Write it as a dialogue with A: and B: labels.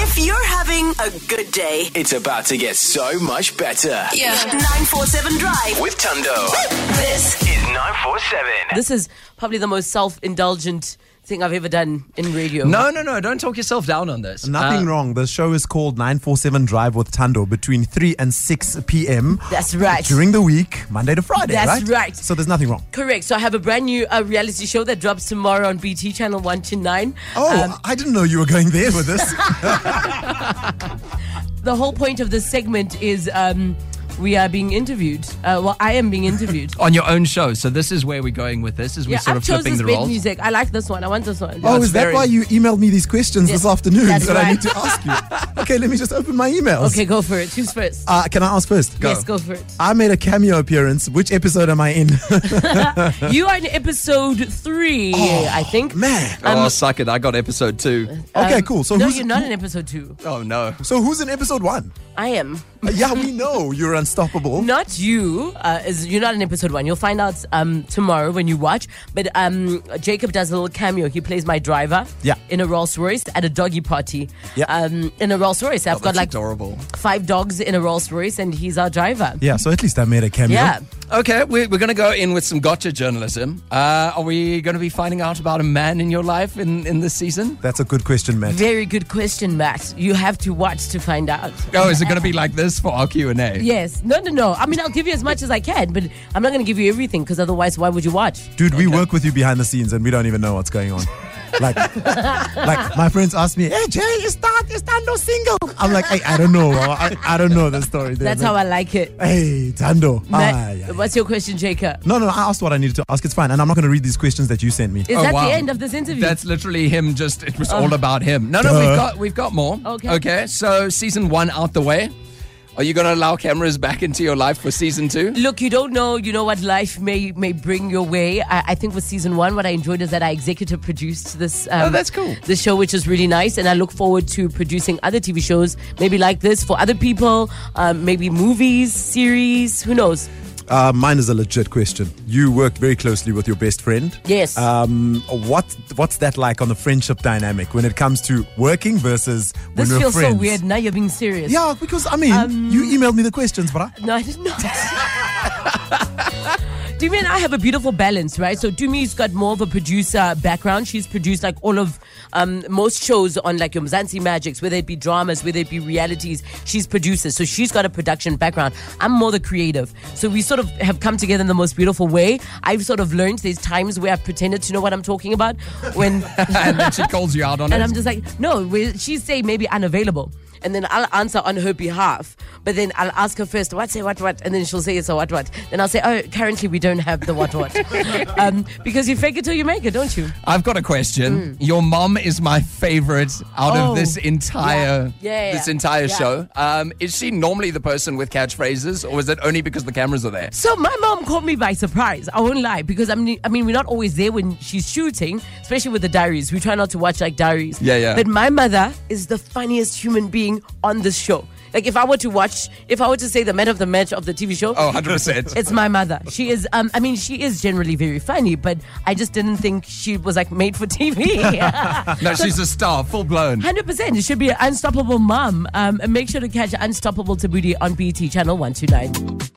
A: If you're having a good day,
B: It's about to get so much better
C: Yeah.
A: 947 Drive.
B: with Tundo.
A: This
B: Is 947.
D: This is probably the most self indulgent thing I've ever done in radio.
E: No, no, no. Don't talk yourself down on this.
F: Nothing
E: Uh,
F: wrong. The show is called 947 Drive with Tando between 3 and 6 p.m.
D: That's right.
F: During the week, Monday to Friday,
D: That's
F: right?
D: right.
F: So there's nothing wrong.
D: Correct. So I have a brand new uh, reality show that drops tomorrow on BT Channel 1 to 9.
F: Oh,
D: Um,
F: I didn't know you were going there with this.
D: The whole point of this segment is um, we are being interviewed. Uh, well, I am being interviewed.
E: On your own show. So this is where we're going with this. Is we're
D: yeah,
E: sort
D: I've
E: of
D: chosen
E: flipping
D: this
E: the
D: bed
E: roles.
D: music. I like this one. I want this one.
F: oh,
E: it's
F: is that
E: very-
F: why you emailed me these questions this afternoon
D: that's
F: that I
D: right.
F: need to ask you? Okay, let me just open my emails.
D: Okay, go for it. Who's first?
F: Uh, can I ask first?
D: Yes, go for it.
F: I made a cameo appearance. Which episode am I in?
D: You are in episode three, I think.
F: Man.
E: Oh, suck it. I got episode two.
F: Okay,
D: Um,
F: cool. So
D: no,
F: who's
D: you're not in episode two.
E: Oh, no.
F: so who's in episode one?
D: I am.
F: Uh, yeah, we know you're unstoppable.
D: Not you. Uh, is you're not in episode one. You'll find out um, tomorrow when you watch. But um, Jacob does a little cameo. He plays my driver.
F: Yeah.
D: In a Rolls Royce at a doggy party.
F: Yeah.
D: Um, in a Rolls Royce, I've
E: Oh,
D: got
E: that's
D: like
E: adorable.
D: five dogs in a Rolls Royce, and he's our driver.
F: Yeah, so at least I made a cameo.
D: Yeah.
E: Okay, we're, we're going to go in with some gotcha journalism. Uh, are we going to be finding out about a man in your life in, in this season?
F: That's a good question, Matt.
D: Very good question, Matt. You have to watch to find out.
E: Oh, is it going to be like this for our Q and A?
D: Yes. No, no, no. I mean, I'll give you as much as I can, but I'm not going to give you everything because otherwise, why would you watch?
F: Dude, we work with you behind the scenes and we don't even know what's going on. Like, like my friends ask me, "Hey Jay, is that is Tando single?" I'm like, "Hey, I don't know. I, I don't know the story." There,
D: That's how I like it.
F: I- hey, Tando.
D: Matt,
F: Ah, yeah.
D: what's your question, Jacob?
F: No, no, I asked what I needed to ask. It's fine, and I'm not going to read these questions that you sent me.
D: Is
E: Oh,
D: that
E: wow.
D: the end of this interview? Oh.
E: That's literally him. Just it was all about him. No, no, we've
F: Duh.
E: got we've got more.
D: Okay.
E: Okay. So season one out the way. Are you going to allow cameras back into your life for season two?
D: Look, you don't know, you know what life may may bring your way. I, I think with season one, what I enjoyed is that I executive produced this. Um,
E: Oh, that's cool.
D: This show, which is really nice, and I look forward to producing other TV shows, maybe like this for other people, um, maybe movies, series. Who knows?
F: Uh, mine is a legit question. You work very closely with your best friend.
D: Yes.
F: Um, what what's that like on the friendship dynamic when it comes to working versus when
D: this
F: we're
D: feels
F: friends?
D: so weird. Um, Now you're being serious.
F: Yeah, because I mean, you emailed me the questions, but I,
D: No, I did not. Dumi and I have a beautiful balance, right? So Dumi's got more of a producer background. She's produced like all of um, most shows on like your Mzansi Magics, whether it be dramas, whether it be realities. She's produces, so she's got a production background. I'm more the creative, so we sort of have come together in the most beautiful way. I've sort of learned there's times where I've pretended to know what I'm talking about when
E: and then she calls you out on
D: and
E: it.
D: I'm just like, no, we- she say maybe unavailable. And then I'll answer on her behalf. But then I'll ask her first, what, say, what, what? And then she'll say, it's a what, what. Then I'll say, oh, currently we don't have the what, what. um, because you fake it till you make it, don't you?
E: I've got a question. Your mom is my favorite out
D: Hmm. Oh,
E: of this entire
D: yeah. Yeah, yeah,
E: this
D: yeah.
E: entire
D: Yeah.
E: show. Um, is she normally the person with catchphrases, or is it only because the cameras are there?
D: So my mom caught me by surprise. I won't lie. Because I mean, I mean, we're not always there when she's shooting, especially with the diaries. We try not to watch like diaries.
E: Yeah, yeah.
D: But my mother is the funniest human being on this show. Like if I were to watch, if I were to say the man of the match of the TV show,
E: Oh, 100 percent.
D: It's my mother. She is. Um, I mean, she is generally very funny, but I just didn't think she was like made for TV.
E: No, she's a star, full blown.
D: Hundred percent. It should be an unstoppable mom. Um, and make sure to catch Unstoppable Tabooty on BT Channel One Two Nine.